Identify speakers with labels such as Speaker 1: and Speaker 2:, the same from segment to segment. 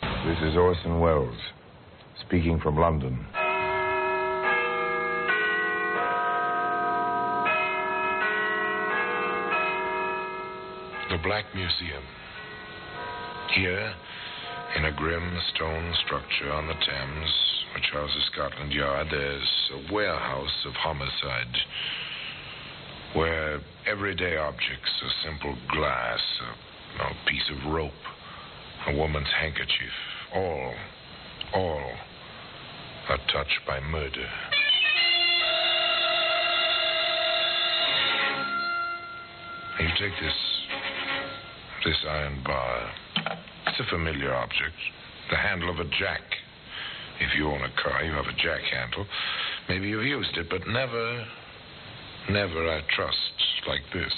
Speaker 1: This is Orson Welles, speaking from London.
Speaker 2: The Black Museum. Here, in a grim stone structure on the Thames, which houses Scotland Yard, there's a warehouse of homicide where everyday objects, a simple glass, a, a piece of rope, a woman's handkerchief, all, all are touched by murder. You take this, this iron bar. It's a familiar object, the handle of a jack. If you own a car, you have a jack handle. Maybe you've used it, but never, never, I trust, like this.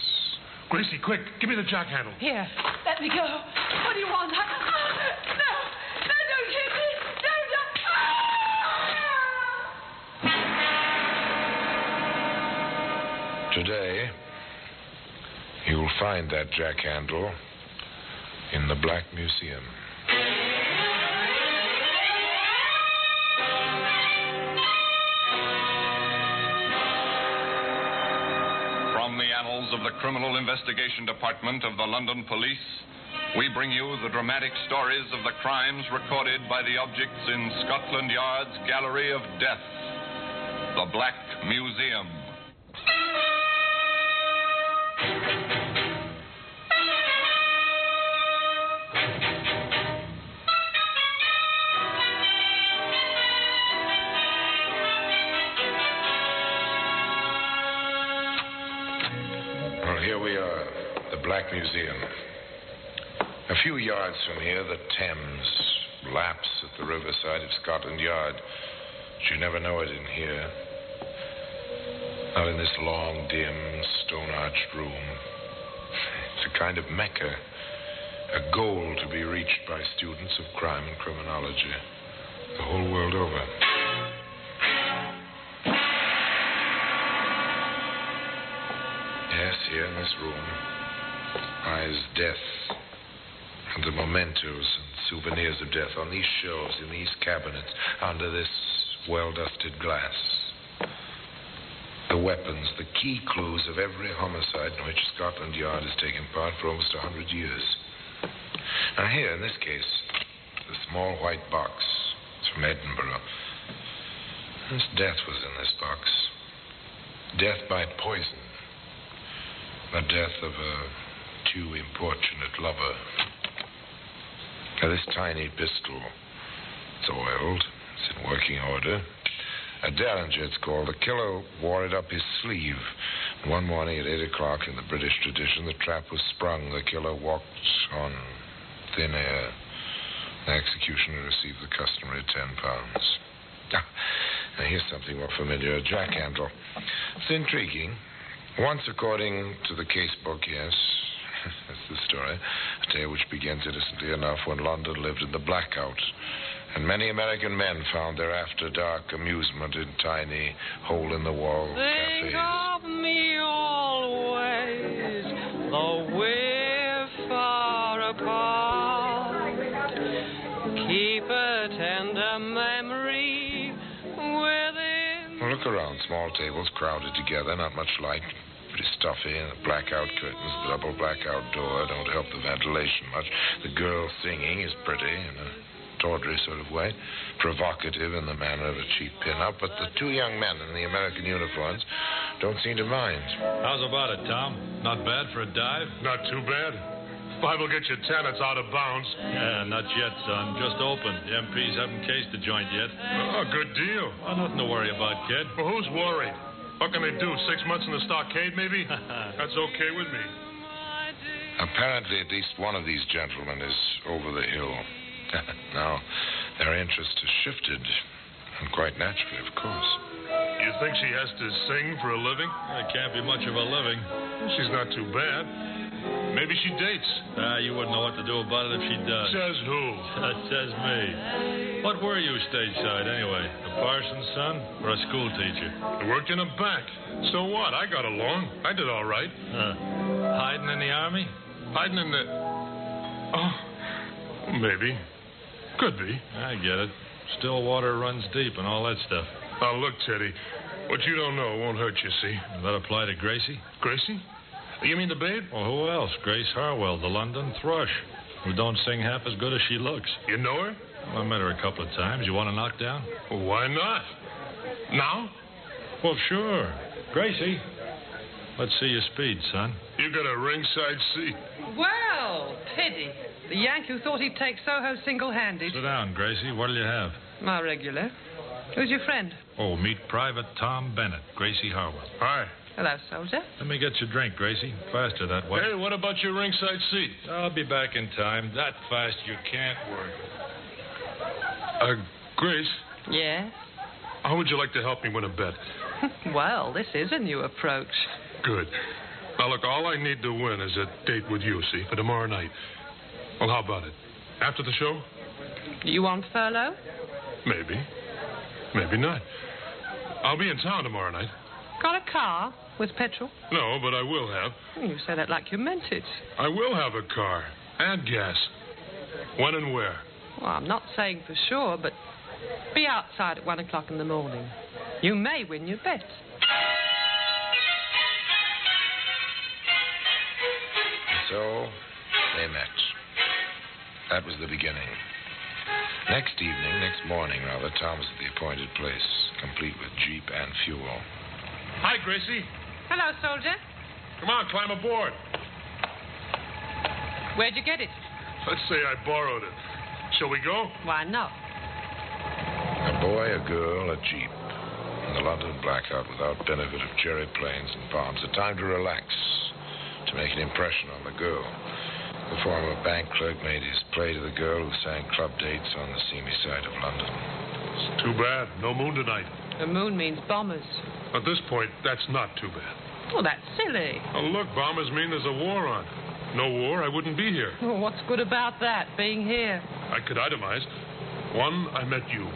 Speaker 3: Gracie, quick, give me the jack handle.
Speaker 4: Here, let me go. What do you want? I... Ah, No, no, don't shoot me. Don't. don't- Ah!
Speaker 2: Today, you'll find that jack handle in the Black Museum.
Speaker 5: From the annals of the Criminal Investigation Department of the London Police, we bring you the dramatic stories of the crimes recorded by the objects in Scotland Yard's Gallery of Death, the Black Museum.
Speaker 2: Well, here we are, the Black Museum. A few yards from here, the Thames laps at the riverside of Scotland Yard. But you never know it in here. Not in this long, dim, stone arched room. It's a kind of mecca, a goal to be reached by students of crime and criminology the whole world over. Yes, here in this room lies death and the mementos and souvenirs of death on these shelves, in these cabinets, under this well dusted glass. The weapons, the key clues of every homicide in which Scotland Yard has taken part for almost a hundred years. Now, here, in this case, the small white box. It's from Edinburgh. This death was in this box. Death by poison. The death of a too importunate lover. Now, this tiny pistol, it's oiled, it's in working order. A Derringer, it's called. The killer wore it up his sleeve. And one morning at 8 o'clock, in the British tradition, the trap was sprung. The killer walked on thin air. The executioner received the customary 10 pounds. Ah, now, here's something more familiar a jack handle. It's intriguing. Once, according to the case book, yes, that's the story, a tale which begins innocently enough when London lived in the blackout, and many American men found their after dark amusement in tiny hole in the wall
Speaker 6: Think
Speaker 2: cafes.
Speaker 6: of me always, though we're far apart. Keep a tender memory within.
Speaker 2: Well, look around. Small tables crowded together, not much light. Pretty stuffy, and the blackout curtains, the double blackout door don't help the ventilation much. The girl singing is pretty in a tawdry sort of way, provocative in the manner of a cheap pin-up, but the two young men in the American uniforms don't seem to mind.
Speaker 7: How's about it, Tom? Not bad for a dive?
Speaker 3: Not too bad. Five will get you ten. It's out of bounds.
Speaker 7: Yeah, not yet, son. Just opened. The MPs haven't cased the joint yet.
Speaker 3: Oh, good deal.
Speaker 7: Oh, nothing to worry about, kid.
Speaker 3: Well, who's worried? What can they do? Six months in the stockade, maybe? That's okay with me.
Speaker 2: Apparently, at least one of these gentlemen is over the hill. now, their interest has shifted, and quite naturally, of course.
Speaker 3: You think she has to sing for a living?
Speaker 7: It can't be much of a living.
Speaker 3: She's not too bad. Maybe she dates.
Speaker 7: Ah, you wouldn't know what to do about it if she does.
Speaker 3: Says who?
Speaker 7: That says me. What were you stateside, anyway? A parson's son or a school teacher?
Speaker 3: I worked in a bank. So what? I got along. I did all right.
Speaker 7: Huh. Hiding in the army?
Speaker 3: Hiding in the. Oh, maybe. Could be.
Speaker 7: I get it. Still water runs deep and all that stuff.
Speaker 3: Now, look, Teddy. What you don't know won't hurt you, see?
Speaker 7: Does that apply to Gracie?
Speaker 3: Gracie? You mean the babe?
Speaker 7: Well, who else? Grace Harwell, the London thrush, who don't sing half as good as she looks.
Speaker 3: You know her?
Speaker 7: I met her a couple of times. You want a knockdown?
Speaker 3: Well, why not? Now?
Speaker 7: Well, Oh, sure. Gracie, let's see your speed, son.
Speaker 3: You got a ringside seat.
Speaker 6: Well, pity. The Yank who thought he'd take Soho single handed.
Speaker 7: Sit down, Gracie. What'll you have?
Speaker 6: My regular. Who's your friend?
Speaker 7: Oh, meet Private Tom Bennett, Gracie Harwell.
Speaker 3: Hi.
Speaker 6: Hello, soldier.
Speaker 7: Let me get your drink, Gracie. Faster that way.
Speaker 3: Hey, what about your ringside seat?
Speaker 7: I'll be back in time. That fast you can't work.
Speaker 3: Uh, Grace,
Speaker 6: Yeah?
Speaker 3: how would you like to help me win a bet?
Speaker 6: well, this is a new approach.
Speaker 3: Good. Now, look, all I need to win is a date with you, see, for tomorrow night. Well, how about it? After the show?
Speaker 6: You on furlough?
Speaker 3: Maybe. Maybe not. I'll be in town tomorrow night.
Speaker 6: Got a car with petrol?
Speaker 3: No, but I will have.
Speaker 6: You say that like you meant it.
Speaker 3: I will have a car and gas. When and where?
Speaker 6: Well, I'm not saying for sure, but be outside at one o'clock in the morning. You may win your bet.
Speaker 2: So they met. That was the beginning. Next evening, next morning, rather, Tom was at the appointed place, complete with jeep and fuel.
Speaker 3: Hi, Gracie.
Speaker 6: Hello, soldier.
Speaker 3: Come on, climb aboard.
Speaker 6: Where'd you get it?
Speaker 3: Let's say I borrowed it. Shall we go?
Speaker 6: Why not?
Speaker 2: A boy, a girl, a jeep. In the London blackout without benefit of cherry planes and palms, a time to relax, to make an impression on the girl. The former bank clerk made his play to the girl who sang club dates on the seamy side of London.
Speaker 3: It's too bad. No moon tonight.
Speaker 6: The moon means bombers.
Speaker 3: At this point, that's not too bad.
Speaker 6: Well, that's silly.
Speaker 3: Now, look, bombers mean there's a war on. No war, I wouldn't be here.
Speaker 6: Well, what's good about that, being here?
Speaker 3: I could itemize. One, I met you.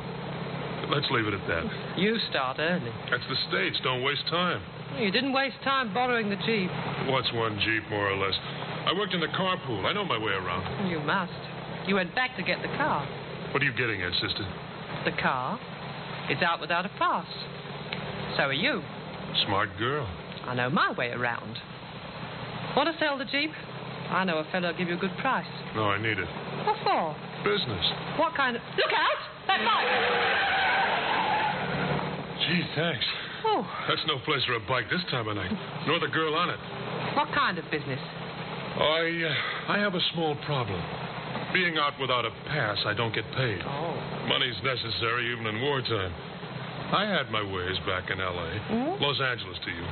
Speaker 3: Let's leave it at that.
Speaker 6: You start early.
Speaker 3: That's the States. Don't waste time.
Speaker 6: You didn't waste time borrowing the Jeep.
Speaker 3: What's one Jeep, more or less? I worked in the carpool. I know my way around.
Speaker 6: You must. You went back to get the car.
Speaker 3: What are you getting at, sister?
Speaker 6: The car? It's out without a pass. So are you.
Speaker 3: Smart girl.
Speaker 6: I know my way around. Want to sell the Jeep? I know a fellow'll give you a good price.
Speaker 3: No, I need it.
Speaker 6: What for?
Speaker 3: Business.
Speaker 6: What kind of. Look out! That bike!
Speaker 3: Gee, thanks.
Speaker 6: Oh,
Speaker 3: That's no place for a bike this time of night, nor the girl on it.
Speaker 6: what kind of business?
Speaker 3: I, uh, I have a small problem. Being out without a pass, I don't get paid.
Speaker 6: Oh.
Speaker 3: Money's necessary even in wartime. I had my ways back in L.A., Los Angeles to you.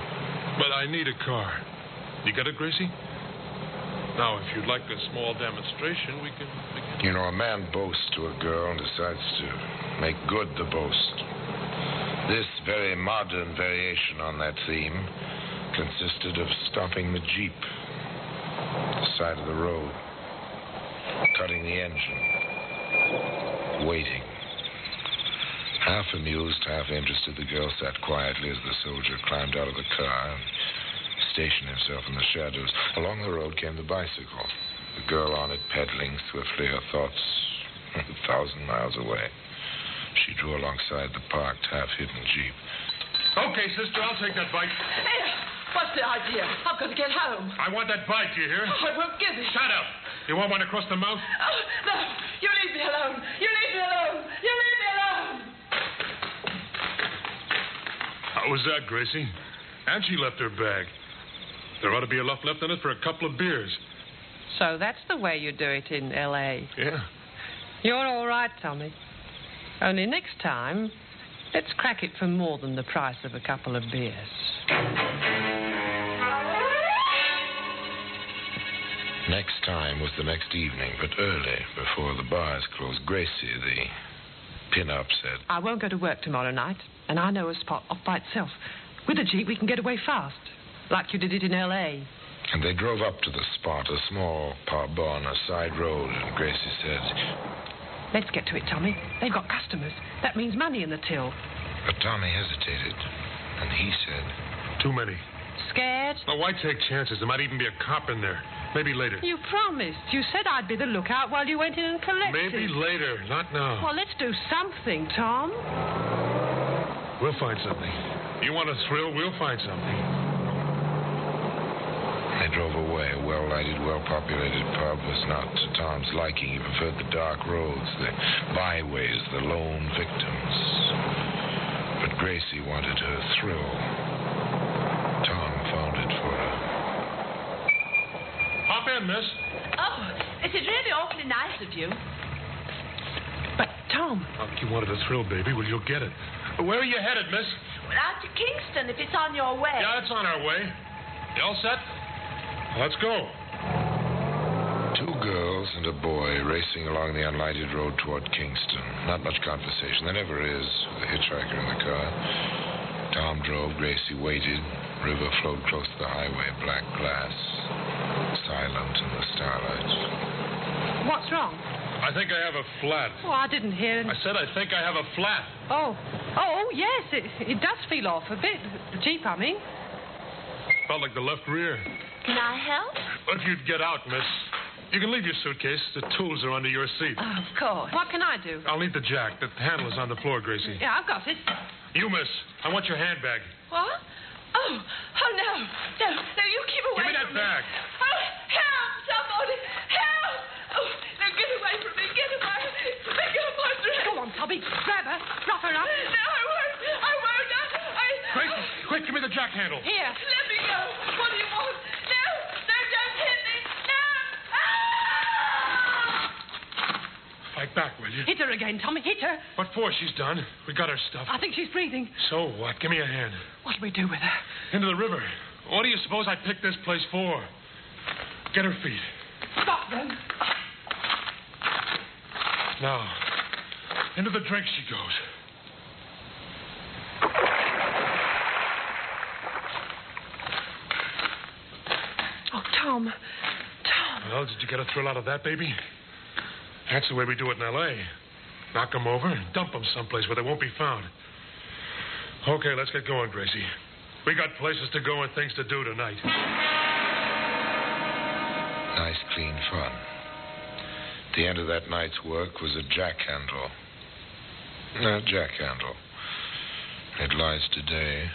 Speaker 3: But I need a car. You get it, Gracie? Now, if you'd like a small demonstration, we can begin.
Speaker 2: You know, a man boasts to a girl and decides to make good the boast. This very modern variation on that theme consisted of stopping the Jeep at the side of the road, cutting the engine, waiting. Half amused, half interested, the girl sat quietly as the soldier climbed out of the car and stationed himself in the shadows. Along the road came the bicycle, the girl on it pedaling swiftly, her thoughts a thousand miles away. She drew alongside the parked, half hidden Jeep.
Speaker 3: Okay, sister, I'll take that bike.
Speaker 4: Here, what's the idea? I've got to get home.
Speaker 3: I want that bike, you hear?
Speaker 4: I won't give it.
Speaker 3: Shut up. You want one across the mouth?
Speaker 4: Oh, no, you leave me alone. You leave me alone. You leave me alone.
Speaker 3: How was that, Gracie? And she left her bag. There ought to be enough left in it for a couple of beers.
Speaker 6: So that's the way you do it in L.A.
Speaker 3: Yeah.
Speaker 6: You're all right, Tommy. Only next time, let's crack it for more than the price of a couple of beers.
Speaker 2: Next time was the next evening, but early, before the bars closed. Gracie, the pin-up, said,
Speaker 6: I won't go to work tomorrow night, and I know a spot off by itself. With a Jeep, we can get away fast, like you did it in L.A.
Speaker 2: And they drove up to the spot, a small pub on a side road, and Gracie said,
Speaker 6: Let's get to it, Tommy. They've got customers. That means money in the till.
Speaker 2: but Tommy hesitated, and he said,
Speaker 3: Too many.
Speaker 6: Scared?
Speaker 3: Now, why take chances? There might even be a cop in there. Maybe later.
Speaker 6: You promised. You said I'd be the lookout while you went in and collected.
Speaker 3: Maybe later, not now.
Speaker 6: Well, let's do something, Tom.
Speaker 3: We'll find something. You want a thrill? We'll find something.
Speaker 2: They drove away. A well lighted, well populated pub was not to Tom's liking. He preferred the dark roads, the byways, the lone victims. But Gracie wanted her thrill. Tom found it for her.
Speaker 3: Hop in, miss.
Speaker 4: Oh, this is really awfully nice of you.
Speaker 6: But, Tom,
Speaker 3: Look, you wanted a thrill, baby. Well, you'll get it. Where are you headed, miss?
Speaker 4: Well, out to Kingston if it's on your way.
Speaker 3: Yeah, it's on our way. You all set? Let's go.
Speaker 2: Two girls and a boy racing along the unlighted road toward Kingston. Not much conversation. There never is with the hitchhiker in the car. Tom drove, Gracie waited. River flowed close to the highway, black glass, silent in the starlight.
Speaker 6: what's wrong?
Speaker 3: I think I have a flat.
Speaker 6: Oh, I didn't hear any.
Speaker 3: I said I think I have a flat.
Speaker 6: Oh, oh, yes, it, it does feel off a bit. Jeep, I mean.
Speaker 3: Felt like the left rear.
Speaker 4: Can I help?
Speaker 3: If you'd get out, miss. You can leave your suitcase. The tools are under your seat.
Speaker 4: Oh, Of course.
Speaker 6: What can I do?
Speaker 3: I'll need the jack. The handle is on the floor, Gracie.
Speaker 6: Yeah, I've got it.
Speaker 3: You, miss. I want your handbag.
Speaker 4: What? Oh, oh no. No, no, you keep away
Speaker 3: Give me that
Speaker 4: from me.
Speaker 3: bag.
Speaker 4: Oh, help, somebody. Help. Oh, no, get away from me. Get away. Pick up my dress.
Speaker 6: Go on, Tubby. Grab her. Rough her
Speaker 4: No, I
Speaker 6: up.
Speaker 4: won't. I won't. I, I,
Speaker 3: Gracie, quick, give me the jack handle.
Speaker 6: Here.
Speaker 4: Let me go. What do you want? No, no, don't hit me. No. Ah!
Speaker 3: Fight back, will you?
Speaker 6: Hit her again, Tommy. Hit her.
Speaker 3: What for? She's done. We got her stuff.
Speaker 6: I think she's breathing.
Speaker 3: So what? Give me a hand.
Speaker 6: What'll we do with her?
Speaker 3: Into the river. What do you suppose I picked this place for? Get her feet.
Speaker 6: Stop them.
Speaker 3: Now, into the drink she goes.
Speaker 6: Oh, Tom. Tom.
Speaker 3: Well, did you get a thrill out of that, baby? That's the way we do it in L.A. Knock 'em over and dump 'em someplace where they won't be found. Okay, let's get going, Gracie. We got places to go and things to do tonight.
Speaker 2: Nice, clean fun. The end of that night's work was a jack handle. A jack handle. It lies today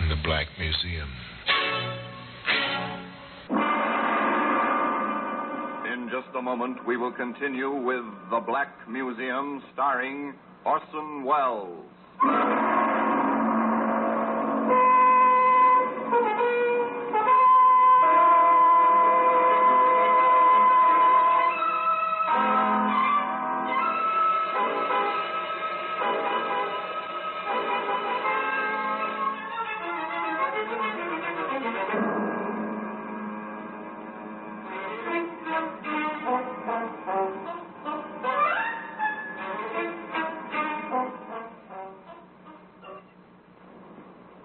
Speaker 2: in the Black Museum.
Speaker 5: In just a moment, we will continue with The Black Museum, starring Orson Welles.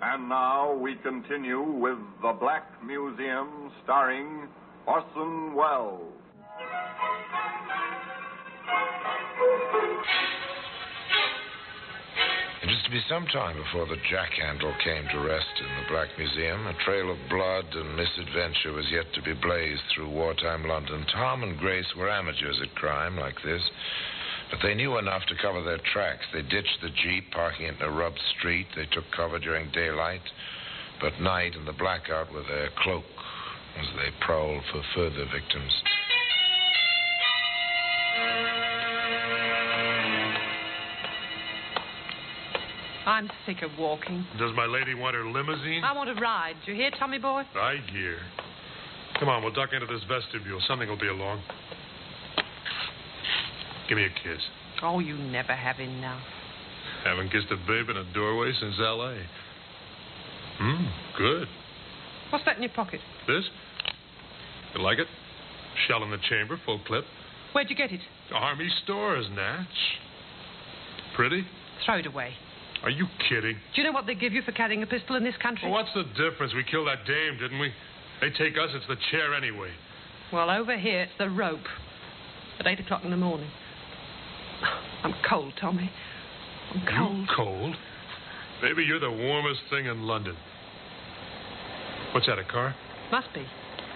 Speaker 5: And now we continue with The Black Museum, starring Orson Welles.
Speaker 2: It was to be some time before the jack handle came to rest in the Black Museum. A trail of blood and misadventure was yet to be blazed through wartime London. Tom and Grace were amateurs at crime like this, but they knew enough to cover their tracks. They ditched the Jeep, parking it in a rubbed street. They took cover during daylight, but night and the blackout were their cloak as they prowled for further victims.
Speaker 6: I'm sick of walking.
Speaker 3: Does my lady want her limousine?
Speaker 6: I want a ride. Do you hear, Tommy boy?
Speaker 3: I hear. Come on, we'll duck into this vestibule. Something will be along. Give me a kiss.
Speaker 6: Oh, you never have enough.
Speaker 3: Haven't kissed a babe in a doorway since L.A. Hmm, good.
Speaker 6: What's that in your pocket?
Speaker 3: This? You like it? Shell in the chamber, full clip.
Speaker 6: Where'd you get it?
Speaker 3: Army stores, Natch. Pretty?
Speaker 6: Throw it away.
Speaker 3: Are you kidding?
Speaker 6: Do you know what they give you for carrying a pistol in this country?
Speaker 3: Well, what's the difference? We killed that dame, didn't we? They take us, it's the chair anyway.
Speaker 6: Well, over here it's the rope. At eight o'clock in the morning. I'm cold, Tommy. I'm cold.
Speaker 3: You cold? Maybe you're the warmest thing in London. What's that, a car?
Speaker 6: Must be.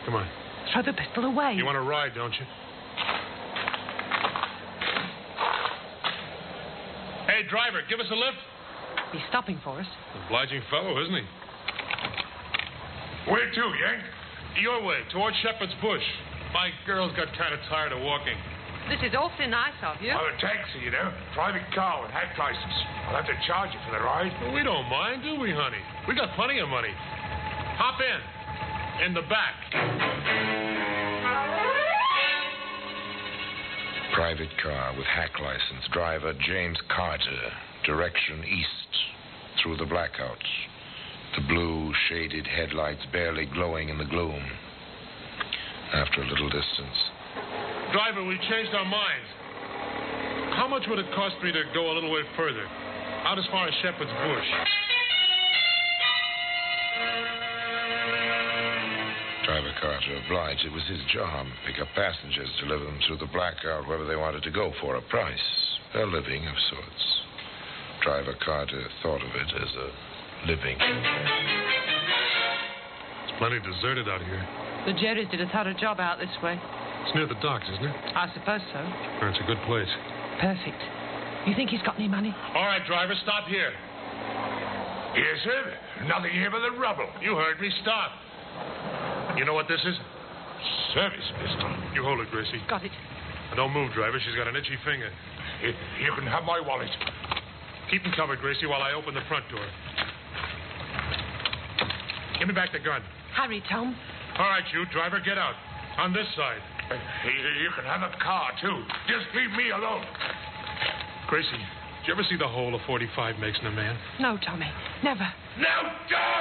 Speaker 3: Come on.
Speaker 6: Throw the pistol away.
Speaker 3: You want to ride, don't you? Hey, driver, give us a lift.
Speaker 6: He's stopping for us.
Speaker 3: Obliging fellow, isn't he? Where to, Yank? Your way, towards Shepherd's Bush. My girl's got kind of tired of walking.
Speaker 6: This is awfully nice of you.
Speaker 2: a taxi, you know. Private car with hack license. I'll have to charge you for the ride.
Speaker 3: Well, we don't mind, do we, honey? We got plenty of money. Hop in. In the back.
Speaker 2: Private car with hack license. Driver James Carter. Direction east. Through the blackout. The blue shaded headlights barely glowing in the gloom. After a little distance.
Speaker 3: Driver, we changed our minds. How much would it cost me to go a little way further? Out as far as Shepherd's Bush.
Speaker 2: Driver Carter obliged. It was his job. Pick up passengers, deliver them through the blackout wherever they wanted to go for a price. A living of sorts. Driver Carter thought of it as a living.
Speaker 3: It's plenty deserted out here.
Speaker 6: The Jerry's did a thorough job out this way.
Speaker 3: It's near the docks, isn't it?
Speaker 6: I suppose so.
Speaker 3: Oh, It's a good place.
Speaker 6: Perfect. You think he's got any money?
Speaker 3: All right, driver, stop here.
Speaker 2: Yes, sir. Nothing here but the rubble.
Speaker 3: You heard me. Stop. You know what this is?
Speaker 2: Service pistol.
Speaker 3: You hold it, Gracie.
Speaker 6: Got it.
Speaker 3: And don't move, driver. She's got an itchy finger.
Speaker 2: You can have my wallet.
Speaker 3: Keep them covered, Gracie, while I open the front door. Give me back the gun.
Speaker 6: Hurry, Tom.
Speaker 3: All right, you, driver, get out. On this side.
Speaker 2: You can have a car, too. Just leave me alone.
Speaker 3: Gracie, did you ever see the hole a 45 makes in a man?
Speaker 6: No, Tommy. Never.
Speaker 2: Now, go!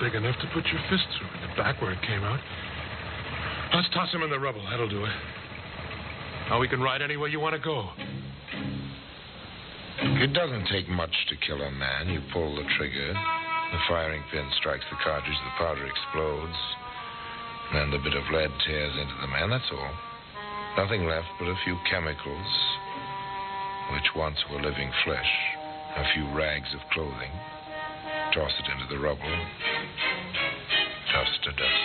Speaker 3: Big enough to put your fist through in the back where it came out. Let's toss him in the rubble. That'll do it. Now we can ride anywhere you want to go.
Speaker 2: It doesn't take much to kill a man. You pull the trigger, the firing pin strikes the cartridge, the powder explodes, and then the bit of lead tears into the man. That's all. Nothing left but a few chemicals, which once were living flesh, a few rags of clothing. Toss it into the rubble. Dust to dust.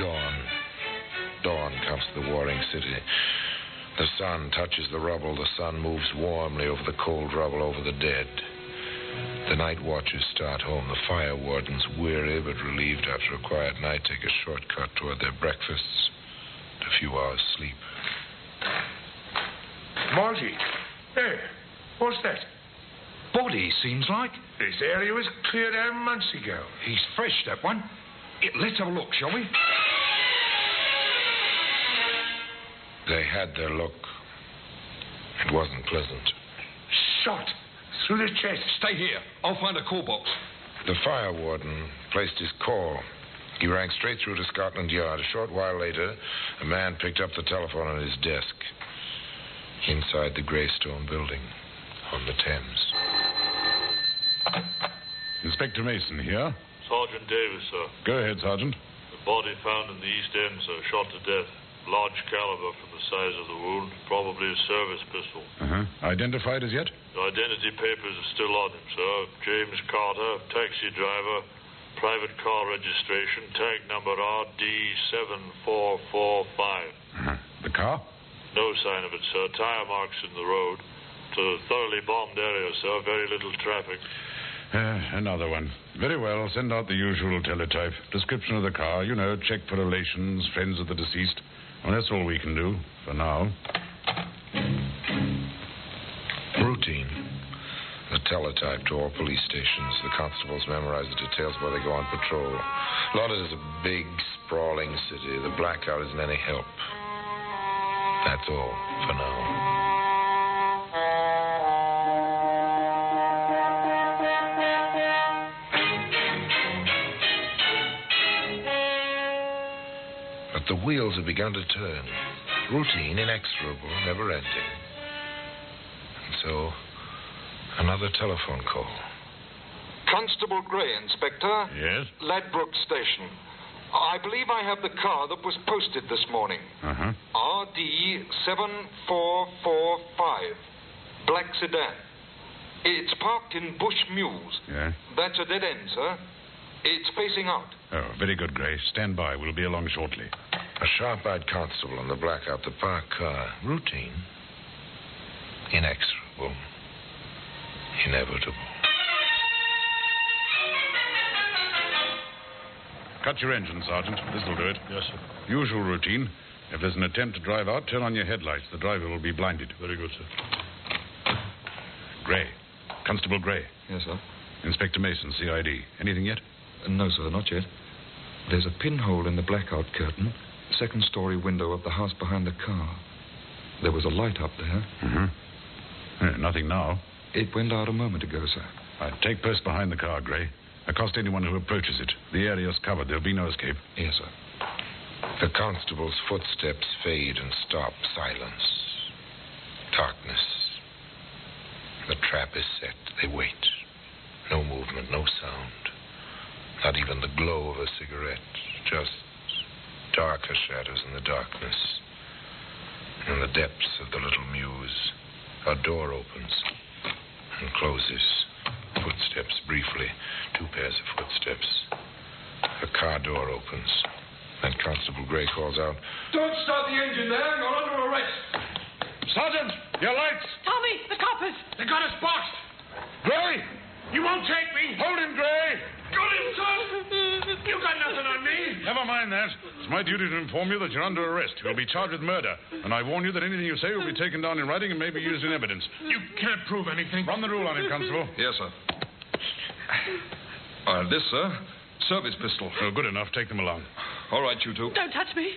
Speaker 2: Dawn. Dawn comes to the warring city. The sun touches the rubble. The sun moves warmly over the cold rubble, over the dead. The night watchers start home. The fire wardens, weary but relieved after a quiet night, take a shortcut toward their breakfasts and a few hours' sleep.
Speaker 8: Margie. Hey, what's that?
Speaker 9: Body, seems like.
Speaker 8: This area was cleared out months ago.
Speaker 9: He's fresh, that one. Yeah, let's have a look, shall we?
Speaker 2: They had their look. It wasn't pleasant.
Speaker 8: Shot through the chest.
Speaker 9: Stay here. I'll find a call box.
Speaker 2: The fire warden placed his call. He rang straight through to Scotland Yard. A short while later, a man picked up the telephone on his desk inside the Greystone building on the Thames.
Speaker 1: Inspector Mason here.
Speaker 10: Sergeant Davis, sir.
Speaker 1: Go ahead, Sergeant.
Speaker 10: The body found in the East End, sir, shot to death. Large caliber from the size of the wound, probably a service pistol.
Speaker 1: Uh-huh. Identified as yet?
Speaker 10: The identity papers are still on him, sir. James Carter, taxi driver, private car registration, tag number RD7445.
Speaker 1: Uh-huh. The car?
Speaker 10: No sign of it, sir. Tire marks in the road. It's a thoroughly bombed area, sir. Very little traffic.
Speaker 1: Uh, another one. Very well. Send out the usual teletype. Description of the car. You know, check for relations, friends of the deceased. Well, that's all we can do for now.
Speaker 2: Routine. The teletype to all police stations. The constables memorize the details while they go on patrol. London is a big, sprawling city. The blackout isn't any help. That's all for now. But the wheels have begun to turn. Routine, inexorable, never ending. And so, another telephone call.
Speaker 11: Constable Gray, Inspector.
Speaker 7: Yes?
Speaker 11: Ladbroke Station.
Speaker 9: I believe I have the car that was posted this morning.
Speaker 7: Uh
Speaker 1: Uh-huh.
Speaker 7: huh.
Speaker 9: RD7445. Black sedan. It's parked in Bush Mews.
Speaker 7: Yeah.
Speaker 9: That's a dead end, sir. It's facing out.
Speaker 7: Oh, very good, Gray. Stand by. We'll be along shortly.
Speaker 2: A sharp eyed constable on the blackout, the parked car. Routine. Inexorable. Inevitable.
Speaker 7: Cut your engine, Sergeant. This'll do it.
Speaker 12: Yes, sir.
Speaker 7: Usual routine. If there's an attempt to drive out, turn on your headlights. The driver will be blinded.
Speaker 12: Very good, sir.
Speaker 7: Gray. Constable Gray.
Speaker 3: Yes, sir.
Speaker 7: Inspector Mason, CID. Anything yet?
Speaker 3: Uh, No, sir, not yet. There's a pinhole in the blackout curtain, second story window of the house behind the car. There was a light up there.
Speaker 7: Mm-hmm. nothing now.
Speaker 3: It went out a moment ago, sir.
Speaker 7: Uh, take post behind the car, Gray. Accost anyone who approaches it. The area's covered. There'll be no escape.
Speaker 3: Yes, sir.
Speaker 2: The constable's footsteps fade and stop. Silence. Darkness. The trap is set. They wait. No movement, no sound. Not even the glow of a cigarette. Just darker shadows in the darkness. In the depths of the little mews, a door opens and closes. Footsteps briefly. Two pairs of footsteps. The car door opens. Then Constable Gray calls out,
Speaker 9: Don't start the engine there. You're under arrest. Sergeant, your lights.
Speaker 6: Tommy, the coppers!
Speaker 9: They got us boxed. Gray, you won't take me. Hold him, Gray. Got him, son. You got nothing on me.
Speaker 7: Never mind that. It's my duty to inform you that you're under arrest. You'll be charged with murder. And I warn you that anything you say will be taken down in writing and may be used in evidence.
Speaker 9: You can't prove anything.
Speaker 7: Run the rule on him, Constable.
Speaker 3: Yes, sir. Uh, this, sir. Service pistol.
Speaker 7: Oh, good enough. Take them along.
Speaker 3: All right, you two.
Speaker 6: Don't touch me.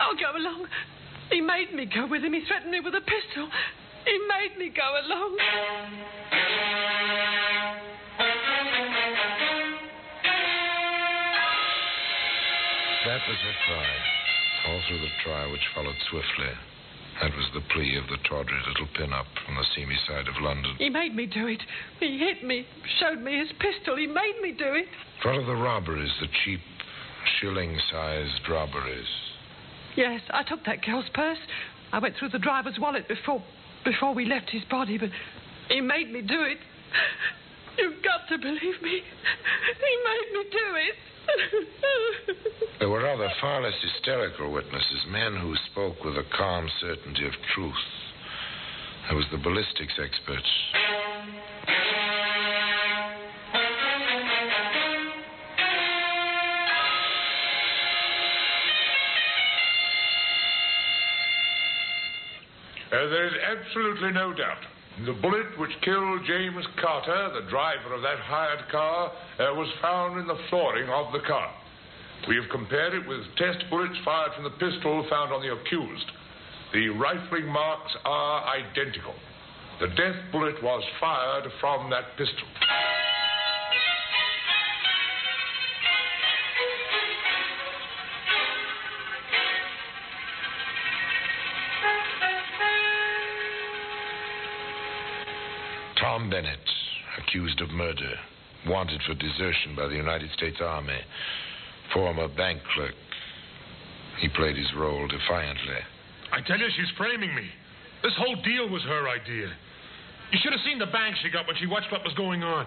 Speaker 6: I'll go along. He made me go with him. He threatened me with a pistol. He made me go along.
Speaker 2: That was her cry. All through the trial, which followed swiftly. That was the plea of the tawdry little pin-up from the seamy side of London.
Speaker 6: He made me do it. He hit me, showed me his pistol. He made me do it.
Speaker 2: What of the robberies, the cheap, shilling-sized robberies?
Speaker 6: Yes, I took that girl's purse. I went through the driver's wallet before before we left his body, but he made me do it. You've got to believe me. He made me do it.
Speaker 2: There were other, far less hysterical witnesses, men who spoke with a calm certainty of truth. There was the ballistics expert.
Speaker 13: Uh, there is absolutely no doubt. The bullet which killed James Carter, the driver of that hired car, uh, was found in the flooring of the car. We have compared it with test bullets fired from the pistol found on the accused. The rifling marks are identical. The death bullet was fired from that pistol.
Speaker 2: Tom Bennett, accused of murder, wanted for desertion by the United States Army, former bank clerk. He played his role defiantly.
Speaker 14: I tell you, she's framing me. This whole deal was her idea. You should have seen the bang she got when she watched what was going on.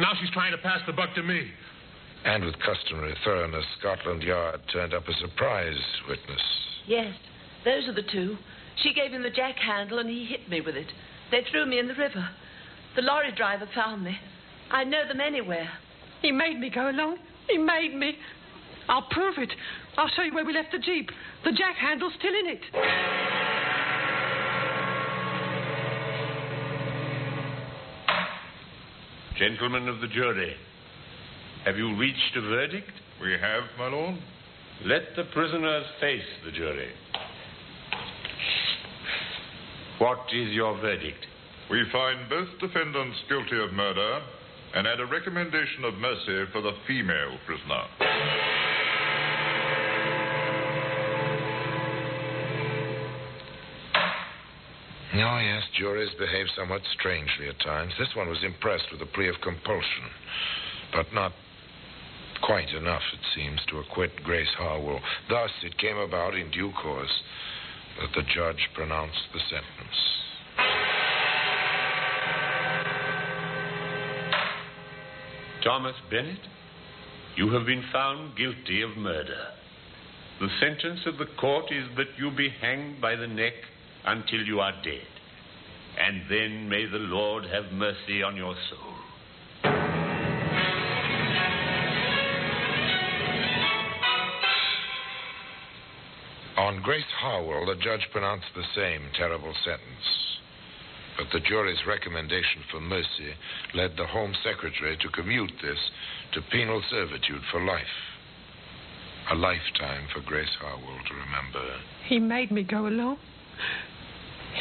Speaker 14: Now she's trying to pass the buck to me.
Speaker 2: And with customary thoroughness, Scotland Yard turned up a surprise witness.
Speaker 15: Yes, those are the two. She gave him the jack handle and he hit me with it. They threw me in the river. The lorry driver found me. I know them anywhere.
Speaker 6: He made me go along. He made me. I'll prove it. I'll show you where we left the Jeep. The jack handle's still in it.
Speaker 16: Gentlemen of the jury, have you reached a verdict? We have, my lord. Let the prisoners face the jury. What is your verdict?
Speaker 10: We find both defendants guilty of murder and add a recommendation of mercy for the female prisoner.
Speaker 2: Oh, yes, juries behave somewhat strangely at times. This one was impressed with the plea of compulsion, but not quite enough, it seems, to acquit Grace Harwell. Thus, it came about in due course that the judge pronounced the sentence.
Speaker 17: Thomas Bennett, you have been found guilty of murder. The sentence of the court is that you be hanged by the neck until you are dead. And then may the Lord have mercy on your soul.
Speaker 2: On Grace Harwell, the judge pronounced the same terrible sentence. But the jury's recommendation for mercy led the Home Secretary to commute this to penal servitude for life. A lifetime for Grace Harwell to remember.
Speaker 6: He made me go along.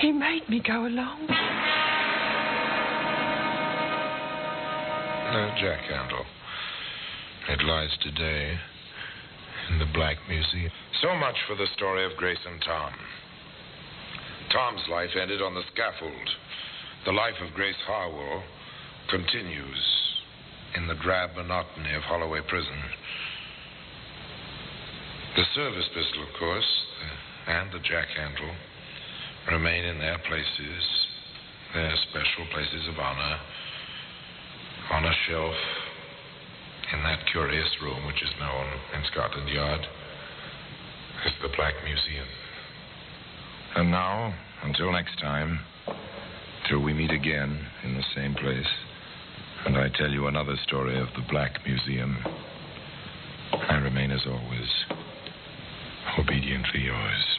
Speaker 6: He made me go along.
Speaker 2: No jack handle. It lies today in the Black Museum. So much for the story of Grace and Tom. Tom's life ended on the scaffold. The life of Grace Harwell continues in the drab monotony of Holloway Prison. The service pistol, of course, the- and the jack handle remain in their places, their special places of honor, on a shelf in that curious room which is known in Scotland Yard as the Black Museum.
Speaker 11: And now, until next time, till we meet again in the same place, and I tell you another story of the Black Museum, I remain as always, obediently yours.